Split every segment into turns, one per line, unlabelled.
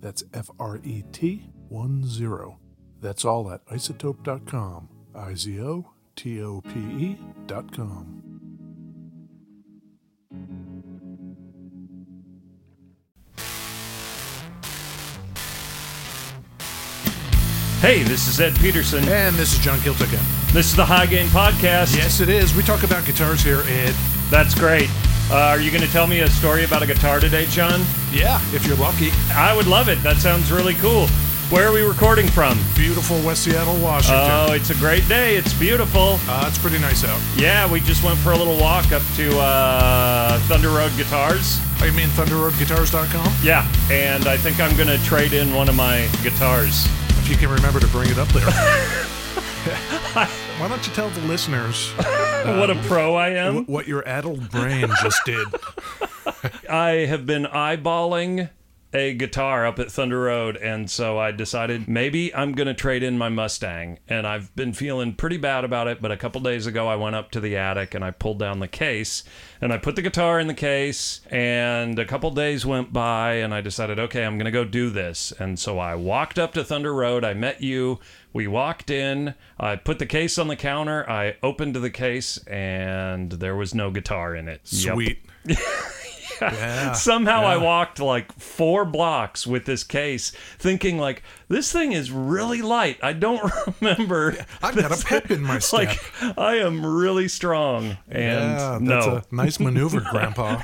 That's F R E T 1 0. That's all at isotope.com. I Z O T O P E E.com.
Hey, this is Ed Peterson.
And this is John Kiltigan.
This is the High Gain Podcast.
Yes, it is. We talk about guitars here, Ed.
That's great. Uh, are you going to tell me a story about a guitar today, John?
Yeah, if you're lucky.
I would love it. That sounds really cool. Where are we recording from?
Beautiful West Seattle, Washington.
Oh, it's a great day. It's beautiful.
Uh, it's pretty nice out.
Yeah, we just went for a little walk up to uh, Thunder Road Guitars.
Oh, you mean thunderroadguitars.com?
Yeah, and I think I'm going to trade in one of my guitars.
If you can remember to bring it up there. Why don't you tell the listeners Uh,
what a pro I
wh-
am.
what your addled brain just did?
I have been eyeballing a guitar up at Thunder Road, and so I decided maybe I'm going to trade in my Mustang. And I've been feeling pretty bad about it, but a couple days ago I went up to the attic and I pulled down the case and I put the guitar in the case. And a couple days went by, and I decided, okay, I'm going to go do this. And so I walked up to Thunder Road, I met you. We walked in, I put the case on the counter, I opened the case, and there was no guitar in it. Yup.
Sweet. Ah, yeah.
Somehow I walked like four blocks with this case, thinking like this thing is really light. I don't remember.
I've got a pep in my step.
Like I am really strong, and
yeah, that's
no.
a nice maneuver, Grandpa.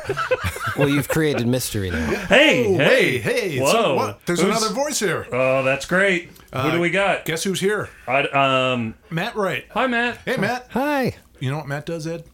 Well, you've created mystery now.
hey,
Oh,
hey,
hey! Uh,
Whoa!
So what? There's
Who's-
another Uh, voice here.
Oh, that's great. Who do we got?
Guess who's here?
I, um,
Matt Wright.
hi, Matt.
Hey, Matt.
Hi.
You know what Matt does, Ed?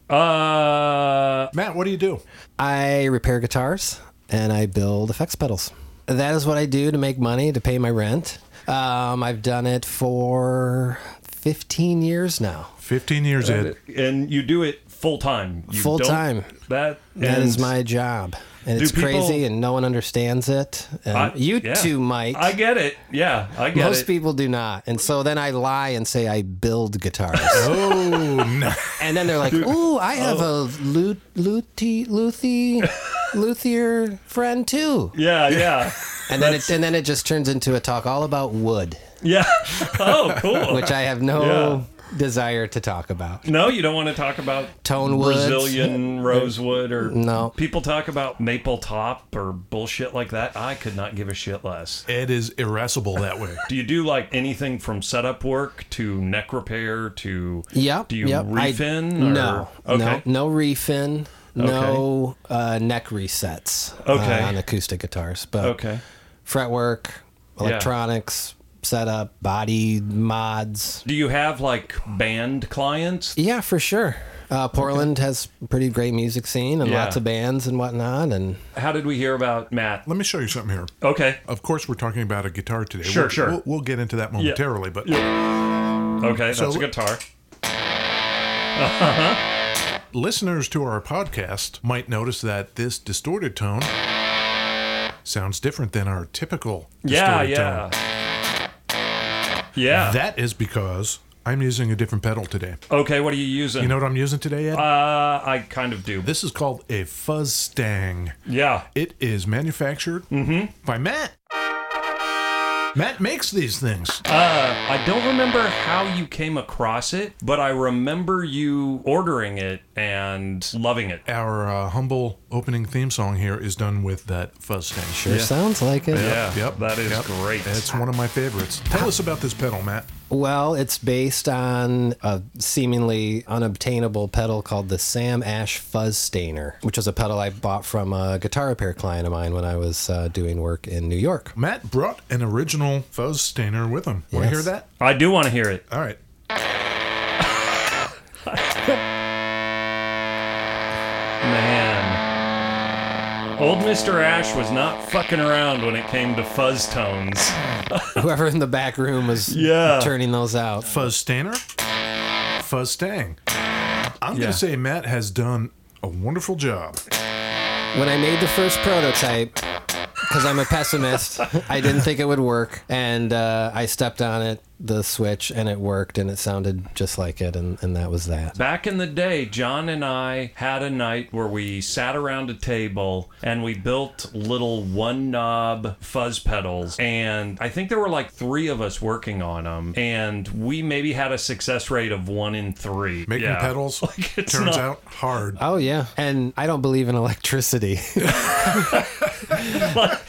Uh,
Matt, what do you do?
I repair guitars and I build effects pedals. That is what I do to make money to pay my rent. Um, I've done it for 15 years now.
15 years, Ed.
and you do it full time.
Full time.
That
That
and-
is my job, and
Do
it's crazy,
people-
and no one understands it. And
I-
you
yeah.
too, Mike.
I get it. Yeah, I get
Most
it.
people do not, and so then I lie and say I build guitars,
Oh, no.
and then they're like, "Ooh, I have
Oh.
a lu- luthi luthi luthier friend too,"
yeah, yeah,
and then it and then it just turns into a talk all about wood,
yeah. Oh, cool.
which I have no desire to talk about.
No, you don't want to talk about
Tone woods.
Brazilian rosewood or
No.
People talk about maple top or bullshit like that. I could not give a shit less.
Ed is irascible that way.
Do you do like anything from setup work to neck repair to?
Yep.
Do you
yep. I-
refin? or-
no.
Okay.
No. No refin. No uh, neck resets. uh,
Okay.
on acoustic guitars, but
Okay.
fretwork, electronics, setup, body mods.
Do you have like band clients?
Yeah, for sure. Uh, Portland has a pretty great music scene and
Yeah.
lots of bands and whatnot. And
How did we hear about Matt?
Let me show you something here.
Okay.
Of course, we're talking about a guitar today.
Sure,
we'll,
sure.
We'll, we'll get into that momentarily, but
Okay,
So-
that's a guitar.
listeners to our podcast might notice that this distorted tone sounds different than our typical
Yeah,
distorted tone.
yeah. Yeah.
That is because I'm using a different pedal today.
okay, what are you using?
You know what I'm using today, Ed?
uh, I kind of do.
this is called a Fuzz Stang.
yeah.
It is manufactured by Matt. Matt makes these things.
I don't remember how you came across it, but I remember you ordering it and loving it.
Our uh, humble opening theme song here is done with that Fuzz Stang.
Sure sounds like it.
Yeah,
Yep.
that is
yep.
great.
It's one of my favorites. Tell us about this pedal, Matt.
Well, it's based on a seemingly unobtainable pedal called the Sam Ash Fuzz Stainer, which was a pedal I bought from a guitar repair client of mine when I was uh, doing work in New York.
Matt brought an original fuzz stainer with him. Want to
Yes.
hear that?
I do want to hear it.
All right.
Man. Old Mr. Ash was not fucking around when it came to fuzz tones.
Whoever in the back room was
Yeah.
turning those out.
Fuzz stainer, fuzz stang. I'm
Yeah.
going to say Matt has done a wonderful job.
When I made the first prototype, because I'm a pessimist, I didn't think it would work. And uh, I stepped on it, the switch, and it worked, and it sounded just like it. And, and that was that.
Back in the day, John and I had a night where we sat around a table and we built little one knob fuzz pedals. And I think there were like three of us working on them. And we maybe had a success rate of one in three.
Making
Yeah.
pedals
Like, it's
turns
not-
out hard.
Oh, yeah. And I don't believe in electricity.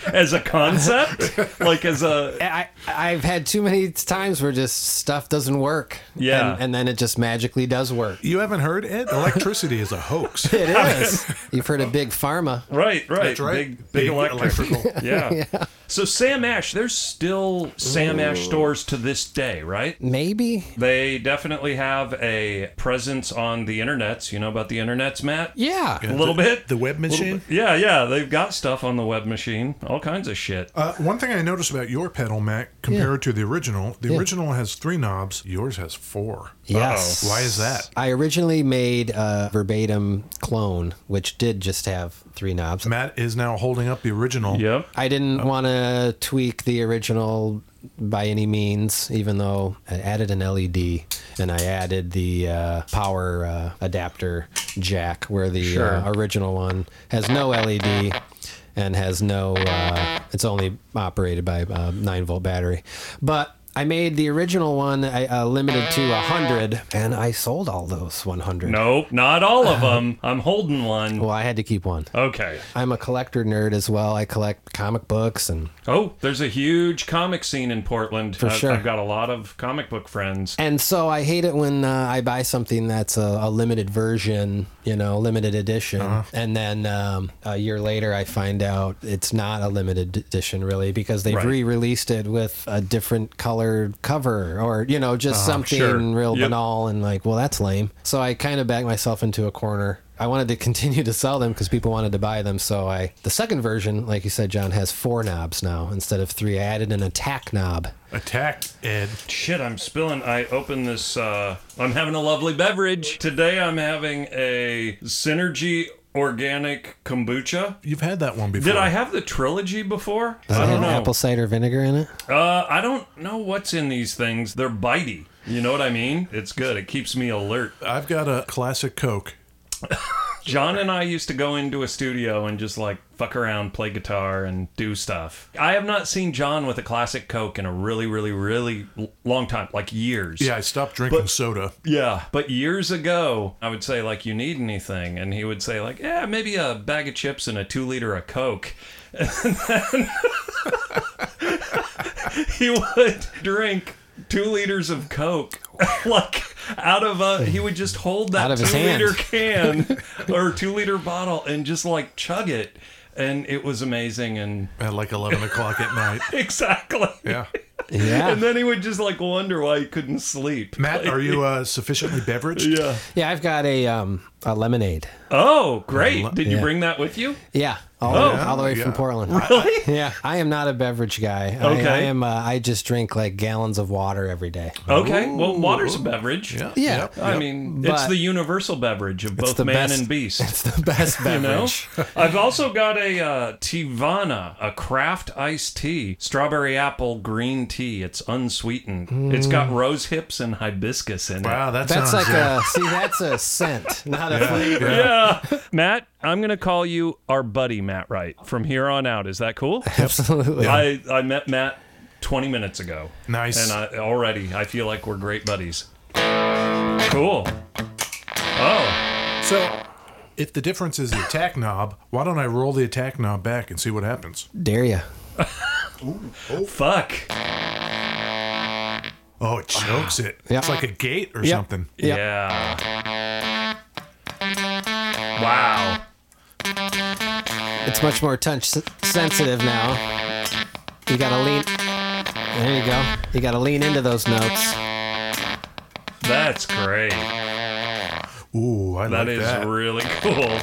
as a concept, like as a
I, I've had too many times where just stuff doesn't work.
Yeah.
And, and then it just magically does work.
You haven't heard it? Electricity is a hoax.
It is. You've heard of Big Pharma.
Right, right.
That's right.
Big, big, electric.
electrical.
yeah. So Sam Ash, there's still Sam Ash stores to this day, right?
Maybe.
They definitely have a presence on the internets. You know about the internets, Matt?
Yeah.
A little bit.
the web machine.
yeah, yeah. They've got stuff on the web machine. All kinds of shit.
Uh, one thing I noticed about your pedal, Matt, compared to the original, the original has three knobs. Yours has four.
Yes.
Why is that?
I originally made a verbatim clone, which did just have three knobs.
Matt is now holding up the original.
Yep.
I didn't want to tweak the original by any means, even though I added an LED and I added the uh, power uh, adapter jack, where the
Sure.
uh, original one has no LED and has no, uh, it's only operated by a 9 volt battery. But I made the original one I, uh, limited to 100, and I sold all those 100.
Nope, not all of them. I'm holding one.
Well, I had to keep one.
Okay.
I'm a collector nerd as well. I collect comic books and
Oh, there's a huge comic scene in Portland. For I've,
sure.
I've got a lot of comic book friends.
And so I hate it when uh, I buy something that's a, a limited version, you know, limited edition,
Uh-huh.
and then um, a year later I find out it's not a limited edition really because they've
Right.
re-released it with a different colored cover or you know just something
Uh-huh, sure.
real
Yep.
banal and like, well, that's lame. So I kind of backed myself into a corner. I wanted to continue to sell them because people wanted to buy them. So I, the second version, like you said, John, has four knobs now instead of three. I added an attack knob.
Attack, Ed.
Shit, I'm spilling. I opened this. Uh, I'm having a lovely beverage. Today I'm having a Synergy Organic Kombucha.
You've had that one before.
Did I have the trilogy before?
Does
I
it
don't
have
know.
apple cider vinegar in it?
Uh, I don't know what's in these things. They're bitey. You know what I mean? It's good. It keeps me alert.
I've got a classic Coke.
John and I used to go into a studio and just like fuck around, play guitar, and do stuff. I have not seen John with a classic Coke in a really, really, really l- long time like years.
Yeah, I stopped drinking soda.
Yeah. But years ago, I would say, like, you need anything. And he would say, like, yeah, maybe a bag of chips and a two liter of Coke. And then he would drink two liters of Coke. like, out of a, he would just hold that
Out of
two
his hand.
liter can or two liter bottle and just like chug it. And it was amazing. And
At like 11 o'clock at night.
exactly.
Yeah.
Yeah.
And then he would just like wonder why he couldn't sleep.
Matt, are you uh, sufficiently beveraged?
Yeah.
Yeah, I've got a um a lemonade.
Oh, great. Did you
Yeah.
bring that with you?
Yeah, all,
Oh.
the, all the way from
Yeah.
Portland.
Really?
Yeah, I am not a beverage guy. I-
Okay.
I, am. Uh, I just drink like gallons of water every day.
Okay. Well, water's a beverage.
Yeah,
I mean, it's
But-
the universal beverage of both
the
man
best-
and beast.
it's the best
You know,
beverage.
I've also got a uh, Tivana, a craft iced tea, strawberry apple green tea. It's unsweetened. It's
Mm.
got rose hips and hibiscus in it.
Wow, that
That's
sounds
like
yeah.
a see. That's a scent, not a flavor.
Yeah, Matt, I'm gonna call you our buddy Matt Wright from here on out. Is that cool?
Absolutely.
I I met Matt 20 minutes ago.
Nice.
And I, already I feel like we're great buddies. Cool. Oh,
so. If the difference is the attack knob, why don't I roll the attack knob back and see what happens?
Dare you?
fuck.
Oh, it chokes it.
Yeah.
It's like a gate or
Yeah.
something.
Yeah.
Yeah. Wow.
It's much more touch s- sensitive now. You gotta lean. There you go. You gotta lean into those notes.
That's great.
Ooh, I
That
like
is
that.
really cool.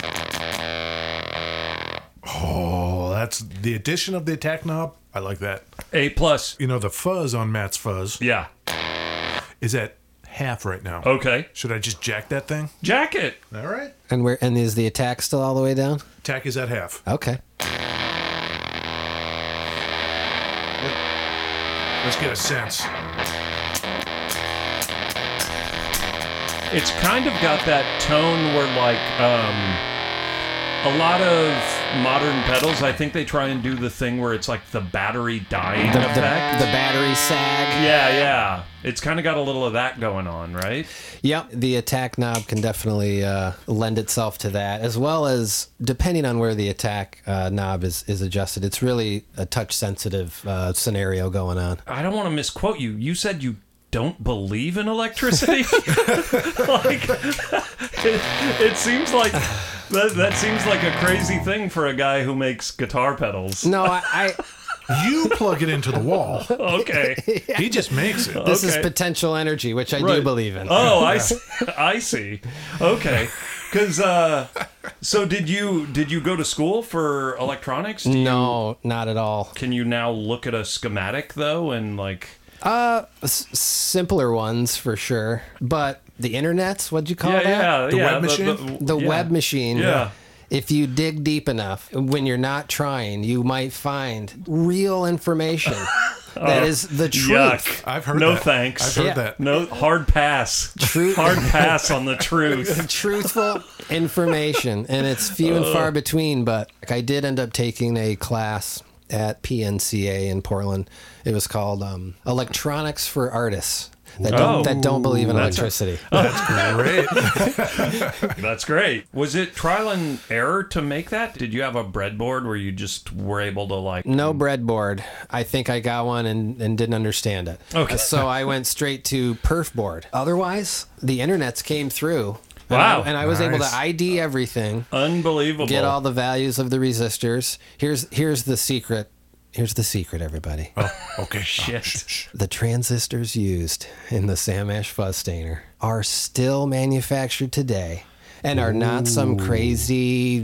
oh, that's the addition of the attack knob. I like that.
A plus.
You know, the fuzz on Matt's fuzz
Yeah.
is at half right now.
Okay.
Should I just jack that thing?
Jacket.
All right.
And where? And is the attack still all the way down?
Attack is at half.
Okay.
Let's get a sense.
It's kind of got that tone where like um a lot of modern pedals, I think they try and do the thing where it's like the battery dying
The, the,
effect.
the battery sag.
yeah, yeah. It's kind of got a little of that going on, right?
Yep. The attack knob can definitely uh, lend itself to that, as well as depending on where the attack uh, knob is, is adjusted. It's really a touch sensitive uh, scenario going on.
I don't want to misquote you. You said you don't believe in electricity. like it, it seems like that, that seems like a crazy thing for a guy who makes guitar pedals.
No, I. I
You plug it into the wall.
Okay.
He just makes it.
this is
Okay.
potential energy, which I do
Right.
believe in.
Oh, I see. I see. Okay. Cuz uh so did you did you go to school for electronics? Do you-
no, not at all.
can you now look at a schematic though and like
Uh, S- simpler ones for sure, but the internet's what'd you call
yeah,
Oh, that?
yeah,
The
yeah,
web machine?
the
yeah.
web machine.
Yeah.
If you dig deep enough, when you're not trying, you might find real information that is the truth.
Yuck.
I've heard
No
that.
thanks.
I've heard
Yeah.
that.
No, hard pass.
Truth.
Hard pass on the truth.
Truthful information, and it's few and far between. But I did end up taking a class at PNCA in Portland. It was called um, Electronics for Artists that don't,
Oh.
that don't believe in electricity.
Great.
That's great. Was it trial and error to make that? Did you have a breadboard where you just were able to like?
No breadboard. I think I got one and, and didn't understand it.
Okay.
So I went straight to perf board. Otherwise, the internets came through. And I-
Wow. Oh,
And I, was able
Nice.
to ID everything,
Unbelievable.
get all the values of the resistors. Here's here's the secret. Here's the secret, everybody.
Oh.
Okay.
Shit.
The transistors used in the Sam Ash fuzz stainer are still manufactured today and are not some crazy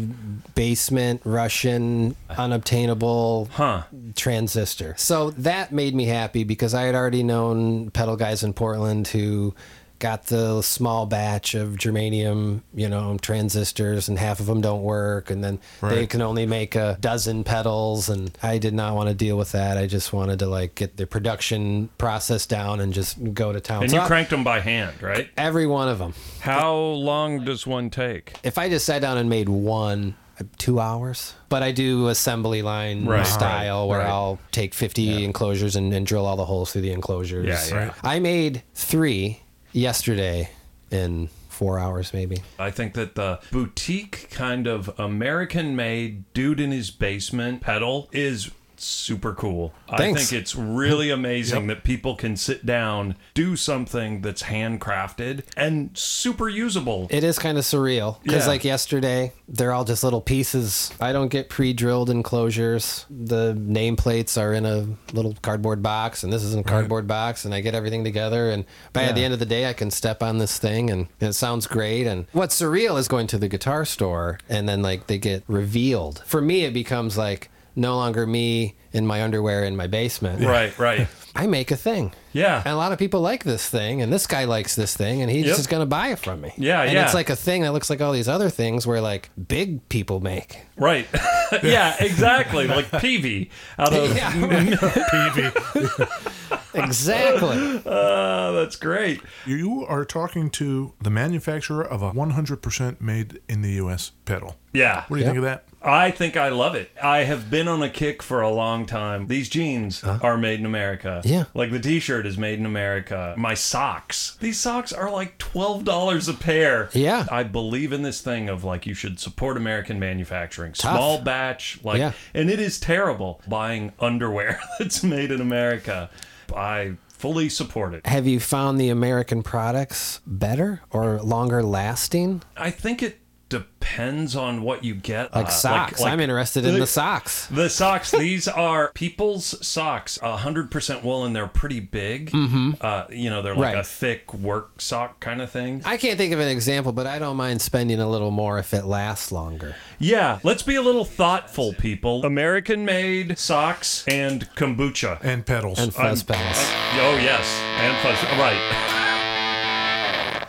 basement Russian unobtainable
Huh.
transistor. So that made me happy because I had already known pedal guys in Portland who got the small batch of germanium, you know, transistors and half of them don't work and then they
Right.
can only make a dozen pedals and I did not want to deal with that. I just wanted to like get the production process down and just go to town.
And
So
you
I-
cranked them by hand, right?
every one of them.
How long does one take?
If I just sat down and made one uh, Two hours, but I do assembly line
Right.
style where
Right.
I'll take 50 enclosures and, and drill all the holes through the enclosures.
Yeah, yeah. Right.
I made three yesterday in four hours, maybe.
I think that the boutique kind of American made dude in his basement pedal is super cool. I
Thanks.
think it's really amazing that people can sit down, do something that's handcrafted and super usable.
It is kind of surreal because,
Yeah.
like yesterday, they're all just little pieces. I don't get pre-drilled enclosures. The nameplates are in a little cardboard box, and this is in a cardboard box, and I get everything together. And by at the end of the day, I can step on this thing, and it sounds great. And what's surreal is going to the guitar store, and then like they get revealed. For me, it becomes like no longer me in my underwear in my basement.
Right, right.
I make a thing.
Yeah.
And a lot of people like this thing, and this guy likes this thing, and he's
Yep.
just going to buy it from me.
Yeah,
and
yeah.
it's like a thing that looks like all these other things where like big people make.
Right. yeah, exactly. Like Peavy out of
exactly.
uh, that's great.
You are talking to the manufacturer of a 100% made in the U.S. pedal.
Yeah.
What do you think of that?
I think I love it. I have been on a kick for a long time. These jeans are made in America.
Yeah.
Like the t shirt is made in America. My socks. These socks are like $12 a pair.
Yeah.
I believe in this thing of like you should support American manufacturing. Small batch. Like,
Yeah.
and it is terrible buying underwear that's made in America. I fully support it.
Have you found the American products better or longer lasting?
I think it depends on what you get. Uh,
Like socks.
like-
I'm interested in
like-
the socks.
The socks, these are people's socks, 100% woolen. They're pretty big. Mm-hmm. Uh, you know, they're like
Right.
a thick work sock kind of thing.
I can't think of an example, but I don't mind spending a little more if it lasts longer.
Yeah, let's be a little thoughtful, people. American made socks and kombucha.
And pedals.
And fuzz pedals.
Oh, yes. And fuzz. Right.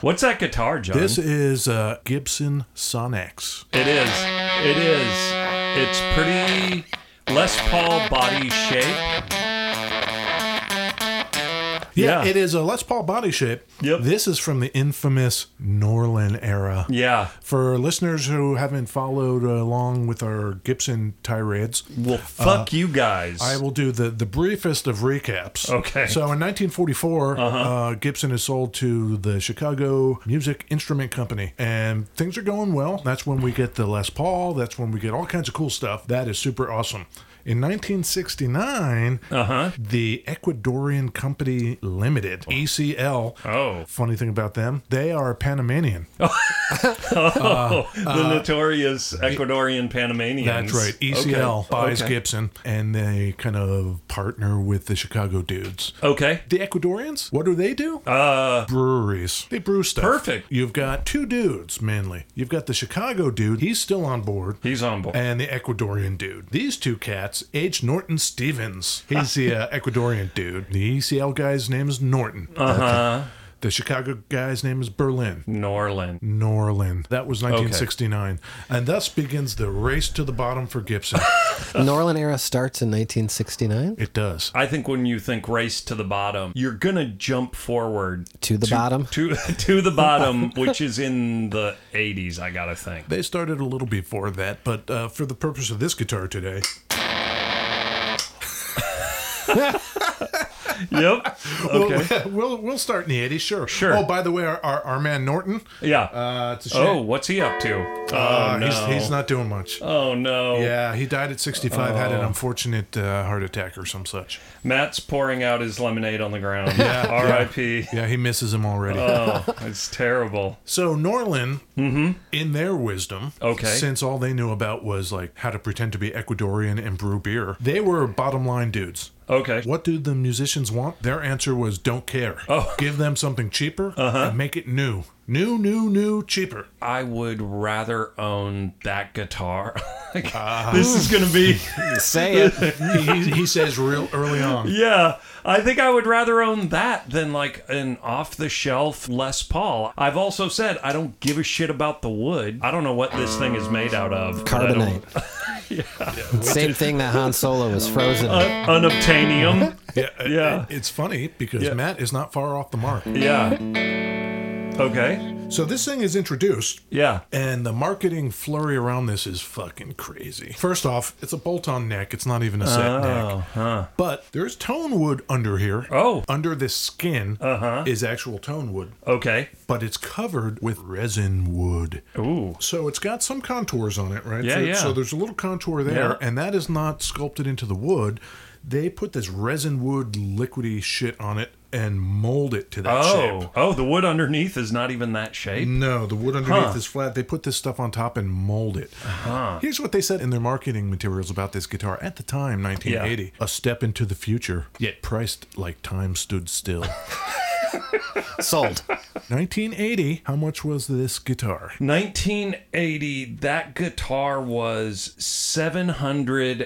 What's that guitar, John?
this is uh, Gibson Sonex.
It is. It is. It's pretty Les Paul body shape. Yeah.
it is a Les Paul body shape.
Yep.
This is from the infamous Norlin era.
Yeah.
For listeners who haven't followed along with our Gibson tirades,
Well, fuck you guys.
Uh, I will do the, the briefest of recaps.
Okay. Uh-huh.
So in 1944, uh Gibson is sold to the Chicago Music Instrument Company, and things are going well. That's when we get the Les Paul. That's when we get all kinds of cool stuff. That is super awesome. In 1969, uh-huh. the Ecuadorian Company Limited, ECL.
Oh.
Funny thing about them, they are Panamanian.
the notorious Ecuadorian Panamanians.
e- That's right. E ECL buys Gibson, and they kind of partner with the Chicago dudes.
Okay.
The Ecuadorians, what do they do?
Uh,
breweries. They brew stuff.
Perfect.
You've got two dudes mainly. You've got the Chicago dude, he's still on board.
he's on board.
and the Ecuadorian dude. These two cats, H. Norton Stevens. He's the uh, Ecuadorian dude. The ECL guy's name is Norton. Uh huh. The Chicago guy's name is Berlin.
Norlin.
Norlin. That was 1969. And thus begins the race to the bottom for Gibson.
uh,
Norlin era starts in 1969
it does.
I think when you think race to the bottom, you're gonna jump forward
to the bottom.
to to the bottom, which is in the 80s. I gotta think.
They started a little before that, but uh, for the purpose of this guitar today,
Yep. Okay.
Well, we'll we'll start in the 80s, sure.
Sure.
Oh, by the way, our, our, our man Norton,
Yeah.
uh, it's a shame.
oh, what's he up to? Oh,
Uh,
no.
he's, he's not doing much.
oh no.
Yeah, he died at 65, had an unfortunate uh, heart attack or some such.
Matt's pouring out his lemonade on the ground. R.I.P.
Yeah, he misses him already.
Oh, it's terrible.
so Norlin, in their wisdom,
Mm-hmm. Okay.
since all they knew about was like how to pretend to be Ecuadorian and brew beer, they were bottom line dudes.
Okay.
What do the musicians want? Their answer was don't care.
Oh. Uh-huh.
Give them something cheaper and make it new. New, new, new, cheaper.
I would rather own that guitar. Like, this is gonna be
Say it.
he, he- he says real early on.
Yeah. I think I would rather own that than like an off the shelf Les Paul. I've also said I don't give a shit about the wood. I don't know what this thing is made out of. but I don't-
Carbonite. Same thing that Han Solo was frozen. in.
Unobtainium.
Yeah.
Yeah.
It's funny because
Yeah.
Matt is not far off the mark.
Yeah. Okay.
So this thing is introduced.
Yeah.
And the marketing flurry around this is fucking crazy. First off, it's a bolt on neck. It's not even a set neck. But There is tone wood under here.
Oh. Uh-huh.
Under this skin is actual tone wood,
Okay.
but it's covered with resin wood.
Ooh.
So it's got some contours on it, right?
Yeah,
so,
yeah.
so there's a little contour there,
Yeah.
and that is not sculpted into the wood. They put this resin wood liquidy shit on it and mold it to that
Oh.
shape.
Oh, the wood underneath is not even that shape.
No, the wood underneath
Huh. Uh-huh.
is flat. They put this stuff on top and mold it. Here's what they said in their marketing materials about this guitar at the time, 1980. A step into the future, yet priced like time stood still.
Sold.
1980, how much was this guitar?
1980, that guitar was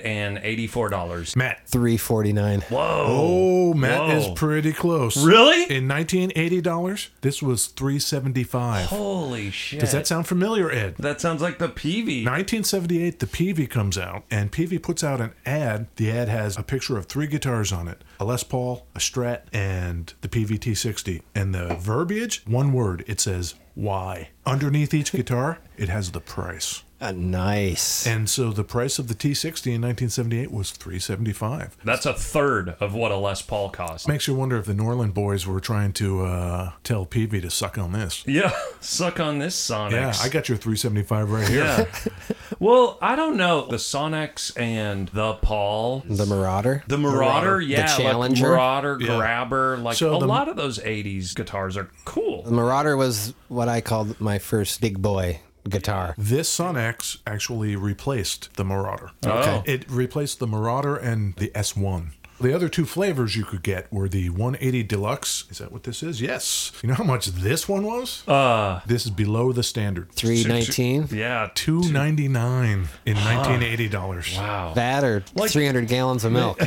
$784.
Matt.
349.
Whoa.
Oh, Matt
Whoa.
is pretty close.
Really?
In 1980 dollars, this was 375.
Holy shit.
Does that sound familiar, Ed?
that sounds like the PV.
1978, the Peavy comes out, and Peavy puts out an ad. The ad has a picture of three guitars on it a Les Paul, a Strat, and the PVT60. And the verbiage, one word, it says, why. Underneath each guitar, it has the price.
Uh, nice.
And so the price of the T60 in 1978 was 375
That's a third of what a Les Paul cost.
Makes you wonder if the Norland boys were trying to uh, tell Peavy to suck on this.
Yeah, suck on this Sonics.
Yeah, I got your 375 right here.
Yeah. well, I don't know. The Sonics and the Paul.
the Marauder.
The Marauder, yeah,
Challenger.
like Marauder,
Yeah.
Grabber, like
So
a
the-
lot of those '80s guitars are
The
cool.
Marauder was what I called my first big boy guitar.
This Sun X actually replaced the Marauder.
Oh.
It replaced the Marauder and the S1. The other two flavors you could get were the 180 Deluxe. Is that what this is? Yes. You know how much this one was?
Uh,
this is below the standard.
319.
yeah, two.
299 in 1980 dollars.
Wow.
That or 300 gallons of milk.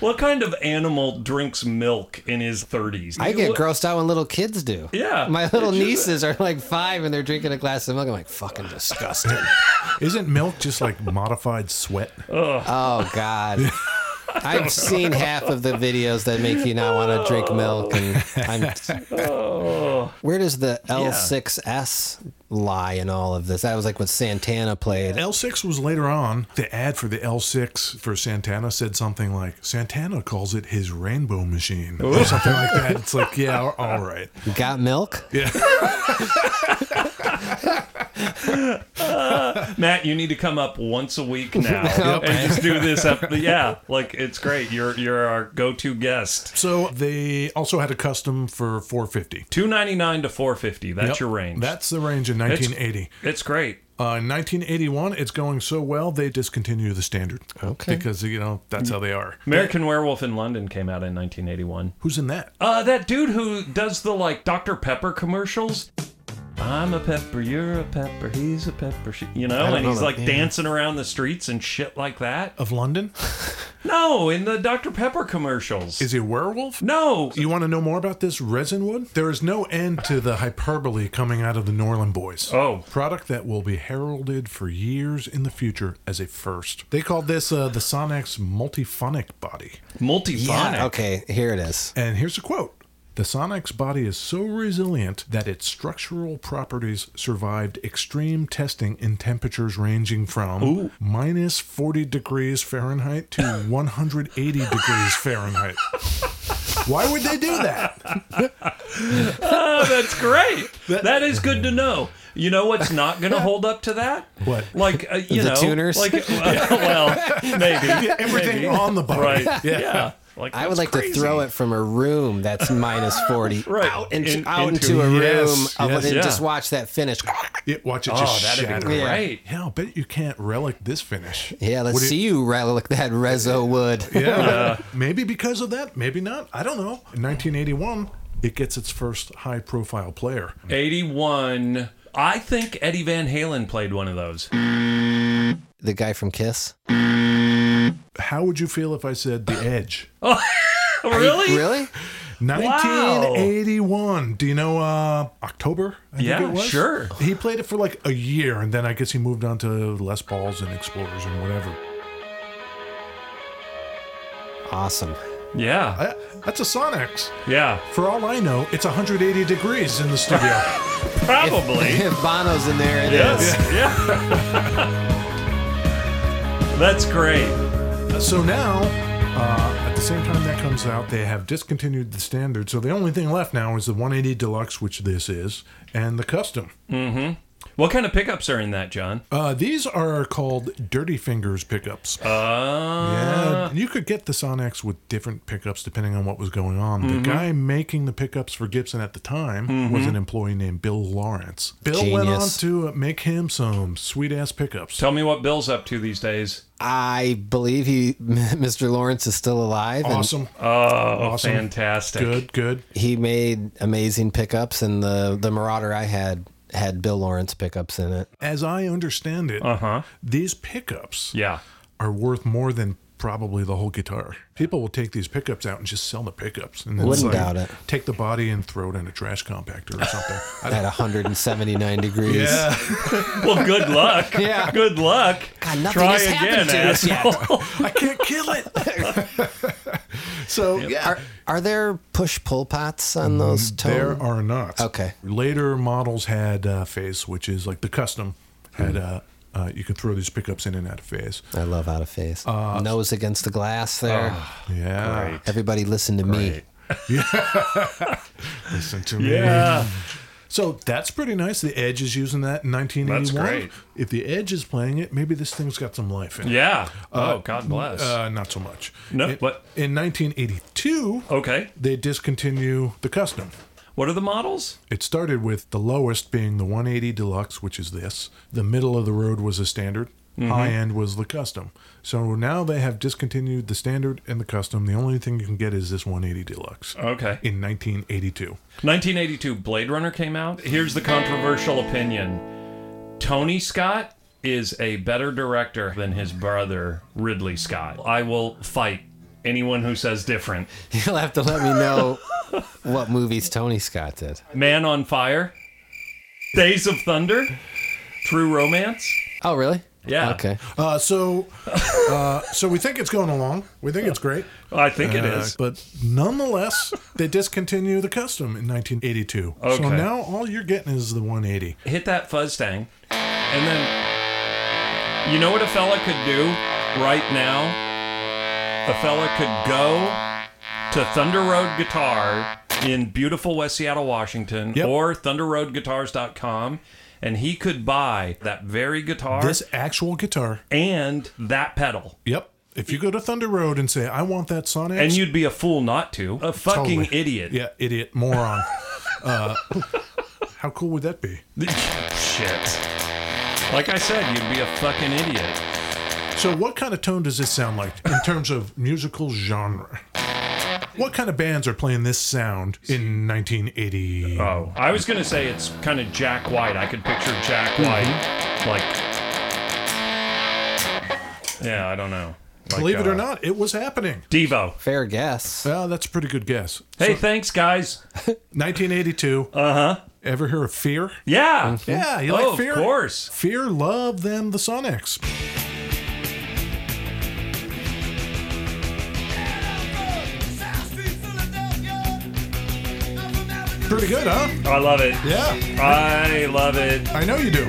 What kind of animal drinks milk in his 30s?
I get grossed out when little kids do.
Yeah.
My little
It's just-
nieces are like five and they're drinking a glass of milk. I'm like, fucking disgusting.
Isn't milk just like modified sweat?
oh, God. I've seen half of the videos that make you not want to drink milk. And I'm. Where does the L6S lie in all of this? That was like what Santana played.
L6 was later on. The ad for the L6 for Santana said something like, Santana calls it his rainbow machine or something like that. It's like, yeah, all- all right.
Got milk?
Matt, you need to come up once a week now and just do this. Up, yeah, like it's great. You're you're our go-to guest.
So they also had a custom for 450.
299 to 450. That's
Yep.
your range.
That's the range in 1980.
it's great.
Uh, in 1981, it's going so well they discontinue the standard.
Okay.
Because you know that's how they are.
American Werewolf in London came out in 1981.
Who's in that?
Uh, that dude who does the like Dr. Pepper commercials. I'm a pepper, you're a pepper, he's a pepper, she, you know,
don't
and
know
he's
that
like
name.
dancing around the streets and shit like that.
Of London?
No, in the Dr. Pepper commercials.
Is he a werewolf?
no,
You want to know more about this resin wood? There is no end to the hyperbole coming out of the Norland boys.
Oh.
Product that will be heralded for years in the future as a first. They called this uh, the Sonex multiphonic body.
multiphonic.
Yeah. Okay, here it is.
And here's a quote The Sonic's body is so resilient that its structural properties survived extreme testing in temperatures ranging from minus 40 degrees Fahrenheit to 180 degrees Fahrenheit. Why would they do that?
Oh, that's great. that is good to know. You know what's not going to hold up to that?
What?
Like, uh, you
The
know,
tuners?
Like, uh, well, maybe.
Everything
Maybe.
on the body.
Right. Yeah. Like,
I would
that's
like
crazy.
to throw it from a room that's minus 40
Right.
out, into,
In-
out
into-
into, a room
Yes,
of,
yes.
and
Yeah.
just watch that finish.
Yeah, watch it just
Oh, that'd
shatter.
be
Yeah.
great.
Yeah, I'll bet you can't relic this finish.
Yeah, let's
Would it-
see you relic that Rezo wood.
Yeah. maybe because of that, maybe not. I don't know. In 1981, it gets its first high profile player.
81. I think Eddie Van Halen played one of those.
The guy from Kiss.
How would you feel if I said The Edge?
really?
Really?
1981. Do you know uh, October? I think
Yeah,
it was?
sure.
He played it for like a year, and then I guess he moved on to Les Pauls and Explorers and whatever.
Awesome.
Yeah.
I, that's a Sonics.
Yeah.
For all I know, it's 180 degrees in the studio.
Probably.
If Bono's in there, it is.
yes. Yeah. That's great.
So now, uh, at the same time that comes out, they have discontinued the standard. So the only thing left now is the 180 Deluxe, which this is, and the Custom.
What kind of pickups are in that, John?
Uh, these are called Dirty Fingers pickups.
Uh,
Yeah, you could get the Sonics with different pickups depending on what was going on. The
Mm-hmm.
guy making the pickups for Gibson at the time was an employee named Bill Lawrence. Bill went on
Genius.
to uh, make him some sweet ass pickups.
Tell me what Bill's up to these days.
I believe he, Mr. Lawrence, is still alive. and
Awesome.
Oh,
Awesome.
fantastic.
Good, good.
he made amazing pickups, and the the Marauder I had had Bill Lawrence pickups in it.
As I understand it,
Uh-huh.
these pickups
Yeah.
are worth more than probably the whole guitar. People will take these pickups out and just sell the pickups. And then it's
Wouldn't
like,
doubt it.
Take the body and throw it in a trash compactor or something. I
At 179 degrees.
Yeah.
Well, good luck.
Yeah.
Good luck.
God, nothing
Try
has
again,
happened to us yet.
asshole.
I can't kill it. so yeah, Mm,
Are, are there push pull pots on those tones?
there are not.
Okay.
Later models had uh, phase, which is like the custom had. Uh, uh, you could throw these pickups in and out of phase.
I love out of phase.
Uh,
Nose against the glass there.
Ah, Yeah.
Everybody listen to me.
Listen to me.
Yeah.
So that's pretty nice. The Edge is using that in 1981.
great.
If the Edge is playing it, maybe this thing's got some life in it.
Yeah. Oh, God bless.
Uh, not so much.
No, Oh.
In-
what?
In 1982,
okay.
they discontinue the custom.
What are the models?
It started with the lowest being the 180 Deluxe, which is this. The middle of the road was a standard.
Mm-hmm.
High end was the custom. So now they have discontinued the standard and the custom. The only thing you can get is this 180 Deluxe
Okay.
in 1982.
1982, Blade Runner came out. Here's the controversial opinion Tony Scott is a better director than his brother, Ridley Scott. I will fight anyone who says different.
You'll have to let me know what movies Tony Scott did.
Man on Fire, Days of Thunder, True Romance.
Oh, really?
Yeah.
Okay.
Uh, so, uh, so we think it's going along. We think it's great.
I think it
Uh,
is.
But nonetheless, they discontinue the custom in 1982.
Okay.
So now all you're getting is the 180.
hit that fuzz tang, and then you know what a fella could do right now? A fella could go to Thunder Road Guitar in beautiful West Seattle, Washington,
Yep.
or thunderroadguitars.com, and he could buy that very guitar
This actual guitar.
and that pedal.
Yep. If you go to Thunder Road and say, I want that Sonic.
And you'd be a fool not to. A fucking
Totally.
idiot.
Yeah, idiot, moron. uh, how cool would that be?
Shit. Like I said, you'd be a fucking idiot.
So, what kind of tone does this sound like in terms of musical genre? What kind of bands are playing this sound in 1980?
Oh, I was gonna say it's kind of Jack White. I could picture Jack White, like, yeah, I don't know. Like,
Believe it
uh,
or not, it was happening.
Devo.
Fair guess.
Well, that's a pretty good guess.
Hey, thanks, guys.
1982. Uh huh. Ever hear of Fear?
Yeah,
Yeah, you
oh,
like Fear?
of course.
Fear, love them, the Sonics. Pretty good, huh?
I love it.
Yeah,
I love it.
I know you do.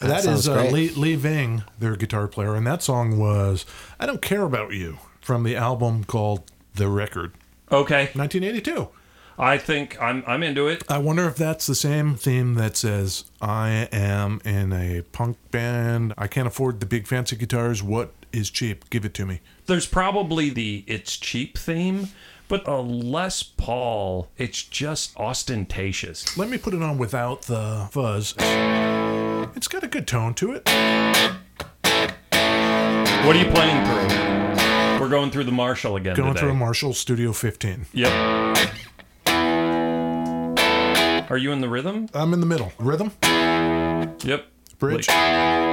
That
sounds
is uh,
great.
Lee, Lee Ving, their guitar player, and that song was "I Don't Care About You" from the album called "The Record,"
Okay,
1982.
I think I'm I'm into it.
I wonder if that's the same theme that says "I am in a punk band. I can't afford the big fancy guitars. What is cheap? Give it to me."
There's probably the it's cheap theme, but a Les Paul, it's just ostentatious.
Let me put it on without the fuzz. It's got a good tone to it.
What are you playing through? We're going through the Marshall again
Going
today.
through a Marshall Studio 15.
Yep. Are you in the rhythm?
I'm in the middle. Rhythm,
Yep.
bridge.
Like-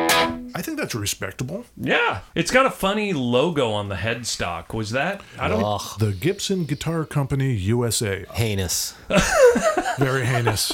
I think that's respectable.
yeah. It's got a funny logo on the headstock. Was that? I don't.
Ugh,
The Gibson Guitar Company USA.
heinous.
Very heinous.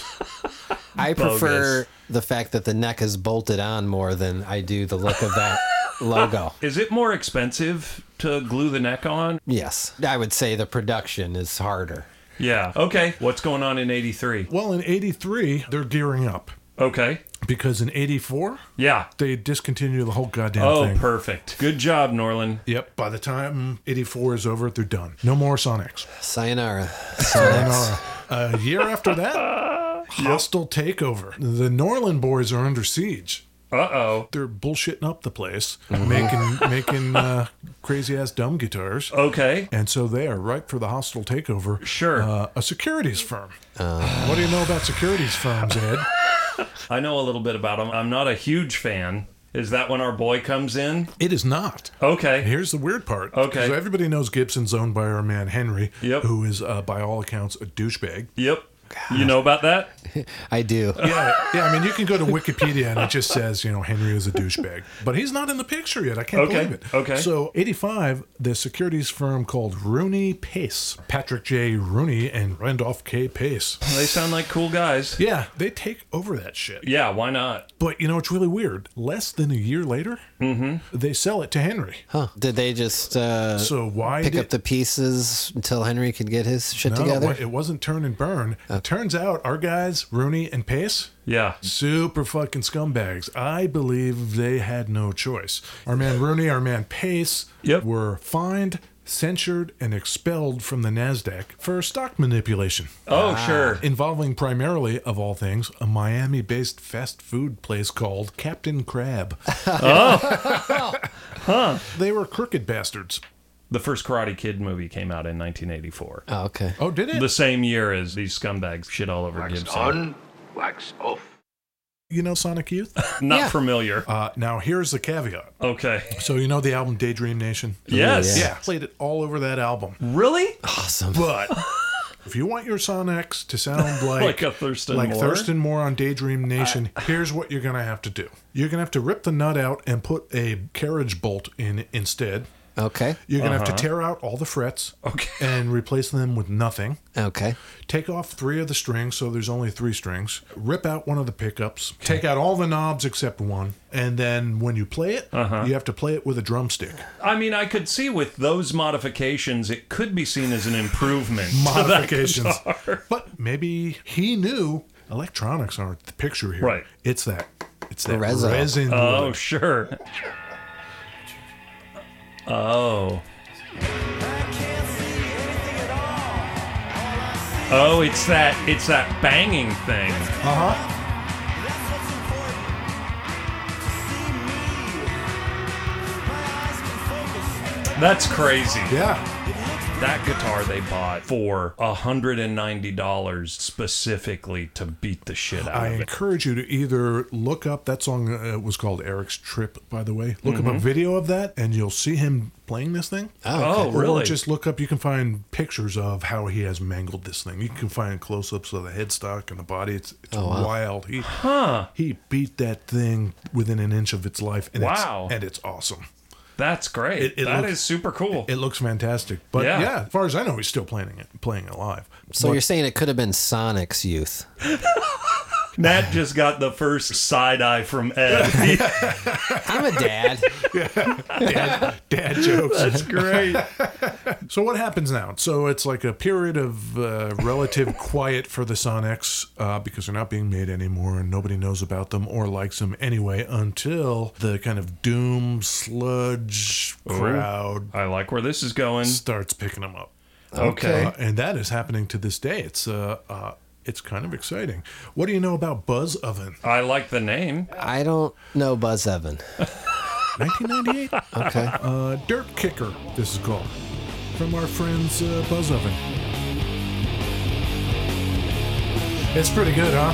I prefer the fact that the neck is bolted on more than I do the look of that logo.
Is it more expensive to glue the neck on?
Yes. I would say the production is harder.
Yeah. Okay. What's going on in 83?
Well, in 83, they're gearing up.
Okay.
because in 84,
Yeah.
they discontinued the whole goddamn
Oh,
thing.
perfect. Good job, Norlin.
Yep. By the time 84 is over, they're done. No more Sonics.
Sayonara.
Sayonara. A year after that, hostile takeover. The Norland boys are under siege.
Uh oh.
They're bullshitting up the place, making making uh, crazy ass dumb guitars.
Okay.
And so they are ripe for the hostile takeover.
Sure.
Uh, a securities firm. what do you know about securities firms, Ed?
I know a little bit about him. I'm not a huge fan. Is that when our boy comes in?
It is not.
Okay.
Here's the weird part.
Okay.
So everybody knows Gibson's owned by our man Henry,
Yep.
who is, uh, by all accounts, a douchebag.
Yep. You know about that?
I do.
Yeah, yeah. I mean, you can go to Wikipedia and it just says, you know, Henry is a douchebag, but he's not in the picture yet. I can't
Okay,
believe it.
okay.
So, '85, the securities firm called Rooney Pace, Patrick J. Rooney, and Randolph K. Pace.
They sound like cool guys.
Yeah, they take over that shit.
Yeah, why not?
But you know, it's really weird. Less than a year later, they sell it to Henry.
Huh. Did they just uh,
So why
pick
did,
up the pieces until Henry could get his shit
no,
together? Oh.
It wasn't turn and burn. Turns out our guys, Rooney and Pace,
Yeah.
Super fucking scumbags. I believe they had no choice. Our man Rooney, our man Pace
Yep.
were fined, censured, and expelled from the NASDAQ for stock manipulation
Oh, sure.
involving primarily, of all things, a Miami based fast food place called Captain Crab. oh. huh.
Oh.
They were crooked bastards.
The first Karate Kid movie came out in 1984.
Oh, okay.
Oh, did it?
The same year as these scumbags shit all over
Wax
Gibson.
on, wax off.
you know Sonic Youth?
Not
Yeah.
familiar.
Uh, now, here's the caveat.
Okay.
So, you know the album Daydream Nation?
Yes.
Yeah. Played it all over that album.
Really?
Awesome.
But if you want your Sonics to sound like
Like a Thurston
like
Moore?
Thurston Moore on Daydream Nation, here's what you're gonna have to do. You're gonna have to rip the nut out and put a carriage bolt in instead.
Okay.
You're gonna have to tear out all the frets
Uh-huh. Okay.
and replace them with nothing.
Okay.
Take off three of the strings, so there's only three strings. Rip out one of the pickups. Take out all the knobs except one. And then when you play it,
Uh-huh.
you have to play it with a drumstick.
I mean, I could see with those modifications, it could be seen as an improvement.
modifications. But maybe he knew electronics aren't the picture here.
Right.
It's that. It's that
Resin.
resin.
oh,
wood.
sure. Oh. Oh, it's that it's that banging thing.
uh-huh.
That's crazy.
Yeah.
That guitar they bought for $190 specifically to beat the shit out
I
of it.
encourage you to either look up that song uh, was called Eric's Trip, by the way. Look
Mm-hmm.
up a video of that, and you'll see him playing this thing.
Oh,
Oh,
okay.
really?
Or just look up. You can find pictures of how he has mangled this thing. You can find close-ups of the headstock and the body. It's, it's wild. He he beat that thing within an inch of its life. And
Wow.
It's, and it's awesome.
That's great. That
It-
is
it looks-
super cool.
It looks fantastic. But
Yeah.
yeah. as far as I know, he's still playing it, playing it live.
So
But
you're saying it could have been Sonic's youth?
Matt just got the first side eye from Ed.
I'm a dad.
dad jokes.
That's great.
so what happens now? So it's like a period of uh, relative quiet for the Sonics uh, because they're not being made anymore, and nobody knows about them or likes them anyway until the kind of doom sludge
Oh.
crowd
I like where this is going.
starts picking them up.
Okay.
Uh, and that is happening to this day. It's uh, uh, it's kind of exciting. What do you know about Buzz Oven?
I like the name.
I don't know Buzz Evan.
1998.
Okay.
uh, Dirt Kicker, this is called, from our friends uh, Buzz Oven. It's pretty good, huh?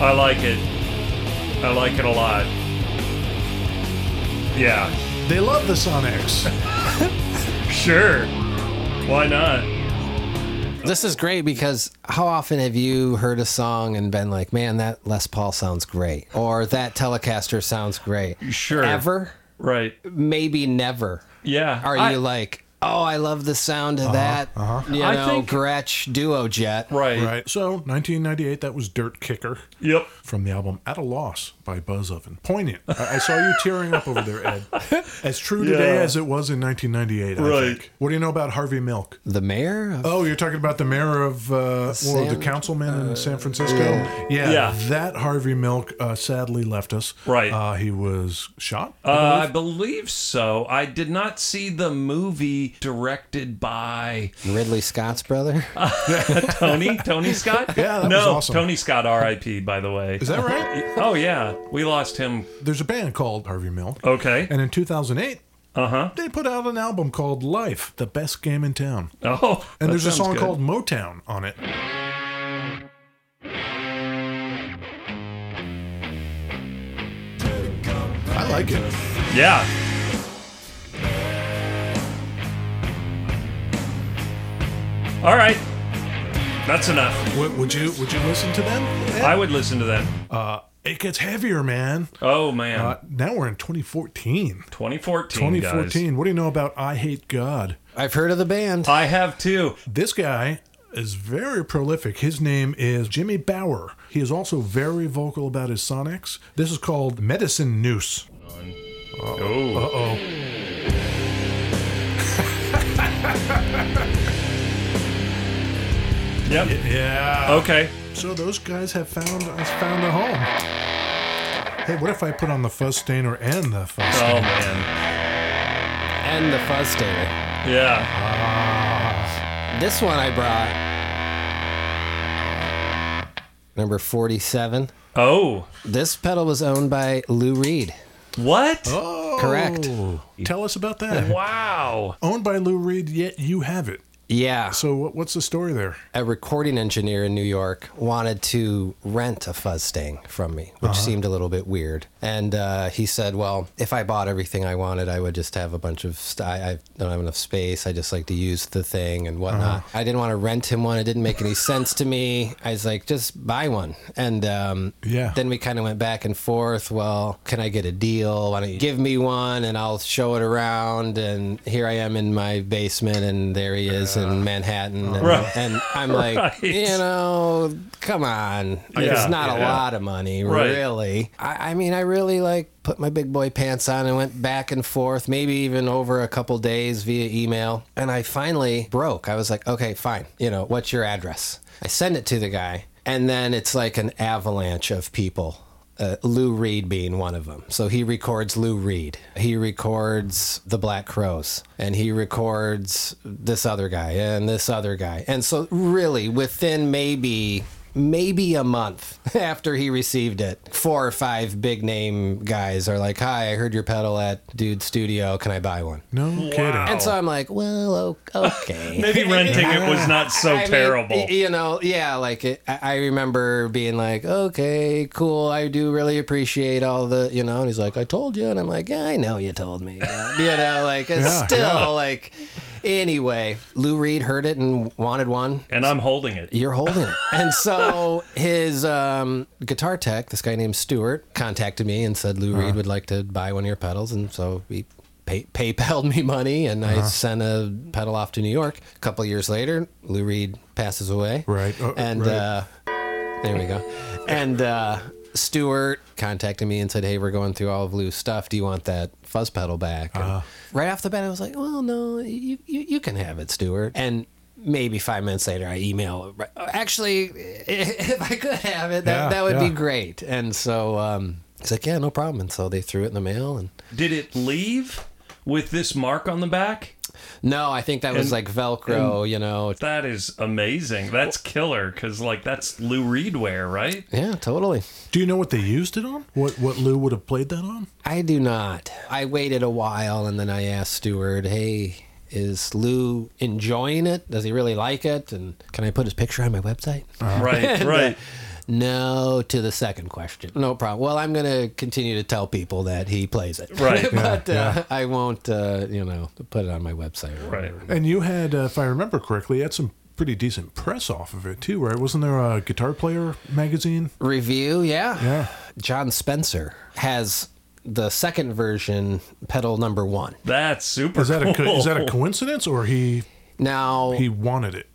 I like it. I like it a lot. Yeah.
They love the Sonics.
Sure. Why not?
This is great because how often have you heard a song and been like, man, that Les Paul sounds great or that Telecaster sounds great?
Sure.
Ever?
Right.
Maybe never.
Yeah.
Are
I- Uh-huh.
you like, oh, I love the sound of that. You
I
know,
think-
Gretsch duo jet.
Right.
Right. So 1998, that was Dirt Kicker
Yep.
from the album At a Loss by Buzz Oven. Poignant. I, I saw you tearing up over there, Ed. As true today
Yeah.
as it was in 1998. I
Right.
think. What do you know about Harvey Milk?
The mayor. of-
Oh, you're talking about the mayor of, uh, or the
San-
councilman in San Francisco? Yeah.
Yeah.
That Harvey Milk uh, sadly left us.
Right.
Uh, he was shot.
Uh, I believe so. I did not see the movie directed by
Ridley Scott's brother.
Tony. Tony Scott.
Yeah, that
no,
was awesome.
Tony Scott, R.I.P. By the way.
Is that right?
Oh yeah, we lost him.
There's a band called Harvey Milk.
Okay.
And in 2008,
Uh huh.
they put out an album called Life, the best game in town.
Oh. that
And there's a
sounds
song
good.
called Motown on it. I like it.
Yeah. All right. That's enough.
Would, would you would you listen to them?
I would listen to that.
Uh, it gets heavier, man.
Oh man.
Uh, now we're in 2014.
2014.
2014. What do you know about I Hate God?
I've heard of the band.
Guys. I have too.
This guy is very prolific. His name is Jimmy Bauer. He is also very vocal about his sonics. This is called Medicine Noose.
Oh.
Uh-oh.
Yep.
Yeah.
Okay.
So those guys have found has found a home. Hey, what if I put on the fuzz stainer and the fuzz
Oh
stainer?
man.
and the fuzz stainer.
Yeah.
This one I brought. Number 47.
Oh.
This pedal was owned by Lou Reed.
What?
Oh,
Correct.
Tell us about that.
Wow.
Owned by Lou Reed, yet you have it.
Yeah.
So what, what's the story there?
a recording engineer in New York wanted to rent a fuzz sting from me, which seemed a little bit weird. And uh, he said, "Well, if I bought everything I wanted, I would just have a bunch of. St- I, I don't have enough space. I just like to use the thing and whatnot. I didn't want to rent him one. It didn't make any sense to me. I was like, just buy one. And um,
Yeah.
then we kind of went back and forth. Well, can I get a deal? Why don't you give me one and I'll show it around? And here I am in my basement, and there he is in Manhattan. And,
Right.
and I'm like,
Right.
you know, come on.
Yeah,
it's not a
yeah.
lot of money,
Right.
really. I, I mean, I really like put my big boy pants on and went back and forth, maybe even over a couple days via email. And I finally broke. I was like, okay, fine. You know, what's your address? I send it to the guy. And then it's like an avalanche of people uh, Lou Reed being one of them. So he records Lou Reed. He records the Black Crows, and he records this other guy and this other guy. And so, really, within maybe maybe a month after he received it, four or five big name guys are like, "Hi, I heard your pedal at Dude Studio. Can I buy one?"
No kidding.
And so I'm like, "Well, o- okay."
Maybe renting it was not so
I mean,
terrible.
y- you know, yeah, like it, I I remember being like, okay, cool. I do really appreciate all the, you know, and he's like, I told you. And I'm like, yeah, I know you told me. Yeah. you know, like it's
Yeah,
still
yeah.
like, anyway, Lou Reed heard it and wanted one.
and I'm holding it.
You're holding it. And so his um, guitar tech, this guy named Stuart, contacted me and said Lou
Uh-huh.
Reed would like to buy one of your pedals. And so he pay, PayPal'd me money and
Uh-huh.
I sent a pedal off to New York. A couple years later, Lou Reed passes away.
Right, uh,
and
right.
Uh, there we go. And uh, Stuart contacted me and said, hey, we're going through all of Lou's stuff. Do you want that fuzz pedal back? And right off the bat, I was like, well, no, you, you, you can have it, Stuart. And maybe five minutes later i email actually if i could have it that,
Yeah,
that would
yeah.
be great and so um he's like yeah no problem and so they threw it in the mail and
Did it leave with this mark on the back?
no i think that
And-
was like velcro you know
That is amazing. That's killer because like that's Lou Reed wear, right?
yeah totally
Do you know what they used it on? What what Lou would have played that on?
i do not i waited a while and then i asked stewart hey is lou enjoying it does he really like it and can i put his picture on my website
Right, right.
No to the second question. No problem. Well, I'm going to continue to tell people that he plays it.
Right.
but uh, I won't, uh, you know, put it on my website. Or
Right.
whatever.
And you had, uh, if I remember correctly, you had some pretty decent press off of it too, right? Wasn't there a Guitar Player magazine?
Review, yeah.
Yeah.
John Spencer has the second version, pedal number one.
That's super
Is that a
cool.
co- is that a coincidence or he
Now
he wanted it?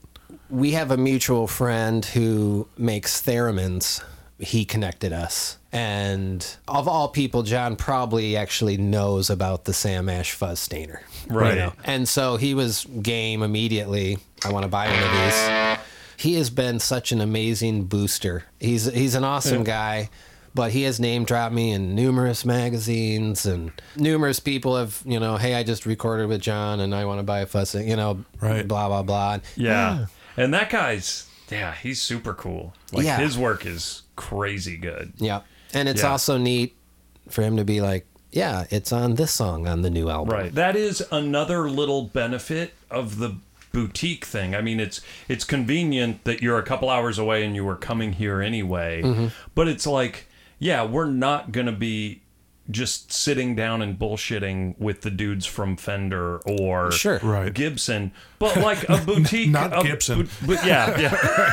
we have a mutual friend who makes theremins. He connected us. And of all people, John probably actually knows about the Sam Ash fuzz stainer.
Right.
And so he was game immediately. I want to buy one of these. He has been such an amazing booster. He's he's an awesome guy, but he has name dropped me in numerous magazines and numerous people have, you know, hey, I just recorded with John and I want to buy a fuss, you know,
Right.
blah blah blah.
Yeah. And that guy's, yeah, he's super cool. Like
Yeah.
his work is crazy good.
Yeah. And it's
Yeah.
also neat for him to be like, yeah, it's on this song on the new album.
Right. That is another little benefit of the boutique thing. I mean, it's it's convenient that you're a couple hours away and you were coming here anyway.
Mm-hmm.
But it's like, yeah, we're not going to be just sitting down and bullshitting with the dudes from Fender or
Sure.
Right.
Gibson, but like a boutique,
Not
a
Gibson.
bu- but yeah, yeah.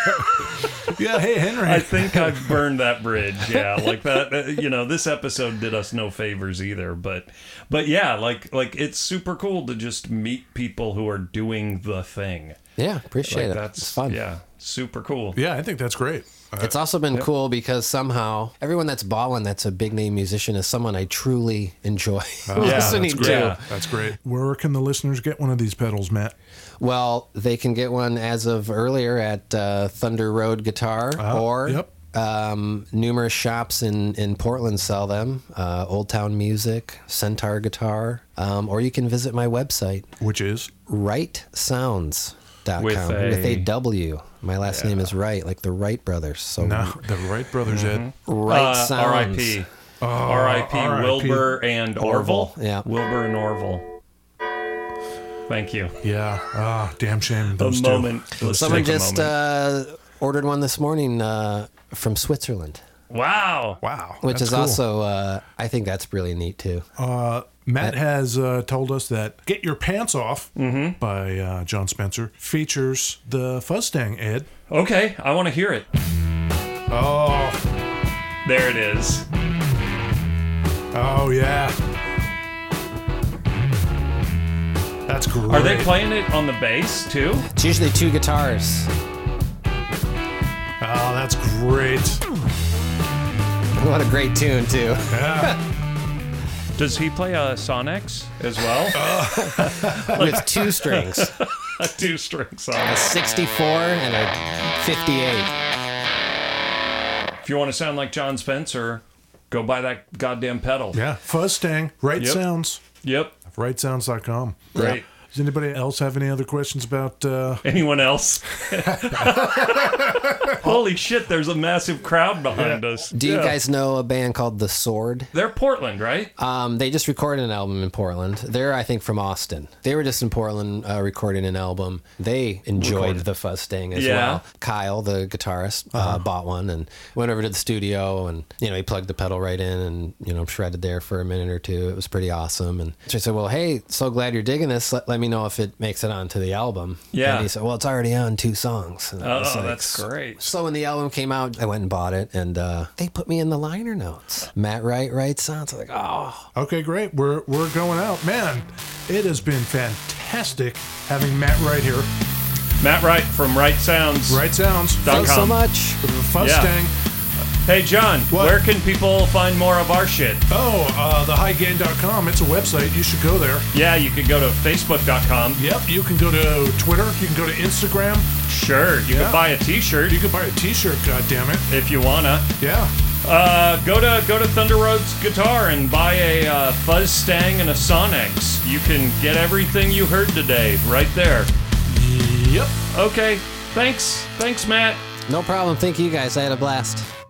Yeah, hey
I
Henry.
think I've burned that bridge. Yeah, like that. uh, You know, this episode did us no favors either. But, but yeah, like like it's super cool to just meet people who are doing the thing.
Yeah, appreciate
Like
it.
that's
it's fun.
Yeah, super cool.
Yeah, I think that's great. Uh,
It's also been cool because somehow everyone that's balling that's a big name musician is someone I truly enjoy listening
Oh, that's great.
to.
Yeah.
that's great. Where can the listeners get one of these pedals, Matt?
Well, they can get one as of earlier at uh, Thunder Road Guitar
Uh-huh.
or
yep.
um, numerous shops in, in Portland sell them. Uh, Old Town Music, Centaur Guitar, um, or you can visit my website,
Which is
rightsounds.com
With
with
a-
a, W. My last name is Wright, like the Wright brothers. So
no, the Wright brothers Ed.
Wright
Uh,
Sounds.
R.I.P.
Oh,
R.I.P.
R.I.P..
Wilbur and Orville.
Orville, yeah.
Wilbur and Orville. Thank you.
Yeah. Ah, damn shame.
A
Those two.
moment. Let's
Someone
take a
just
moment.
uh, ordered one this morning uh, from Switzerland,
wow.
Wow.
which
that's
is
cool.
also, uh, I think that's really neat too.
Uh, Matt has uh, told us that "Get Your Pants Off"
Mm-hmm.
by uh, John Spencer features the Fuzzstang Ed.
Okay, I want to hear it.
Oh,
There it is.
oh yeah. That's great.
Are they playing it on the bass too?
It's usually two guitars.
Oh, that's great.
What a great tune too.
Does he play a Sonics as well?
with two strings,
a two string
a
Sonic.
64 and a 58.
If you want to sound like John Spencer, go buy that goddamn pedal.
Yeah, Fuzzstang. Right
Yep.
sounds.
Yep.
Rightsounds.com.
Great.
Does anybody else have any other questions about? Uh,
Anyone else? Holy shit, there's a massive crowd behind us.
Do you
Yeah.
guys know a band called The Sword?
They're Portland, right?
Um, they just recorded an album in Portland. They're, I think, from Austin. They were just in Portland uh, recording an album. They enjoyed the fuzz thing as
Yeah. Uh-huh.
well. Kyle, the guitarist, uh bought one and went over to the studio and, you know, he plugged the pedal right in and, you know, shredded there for a minute or two. It was pretty awesome. And so I said, well, hey, so glad you're digging this. Let, let me know if it makes it onto the album.
Yeah.
And he said, well, it's already on two songs. And I
Oh,
was like,
that's great.
so when the album came out, I went and bought it, and uh, they put me in the liner notes. Matt Wright writes songs. I'm like, oh,
okay, great. We're we're going out, man. It has been fantastic having Matt right here.
Matt Wright from Wright Sounds.
Right sounds.
Dot
thanks so
com.
much.
Fuzzstang.
Hey, John,
What?
where can people find more of our shit?
Oh, uh, thehighgain.com. It's a website. You should go there.
Yeah, you can go to facebook.com.
Yep. You can go to Twitter. You can go to Instagram.
Sure, you
Yeah.
can buy a t shirt
You can buy a T-shirt. God damn it.
if you wanna.
Yeah.
Uh, go to go to Thunder Road's guitar and buy a uh, Fuzz Stang and a Sonics. You can get everything you heard today right there.
Yep.
Okay, thanks, thanks, Matt.
No problem. Thank you guys. I had a blast.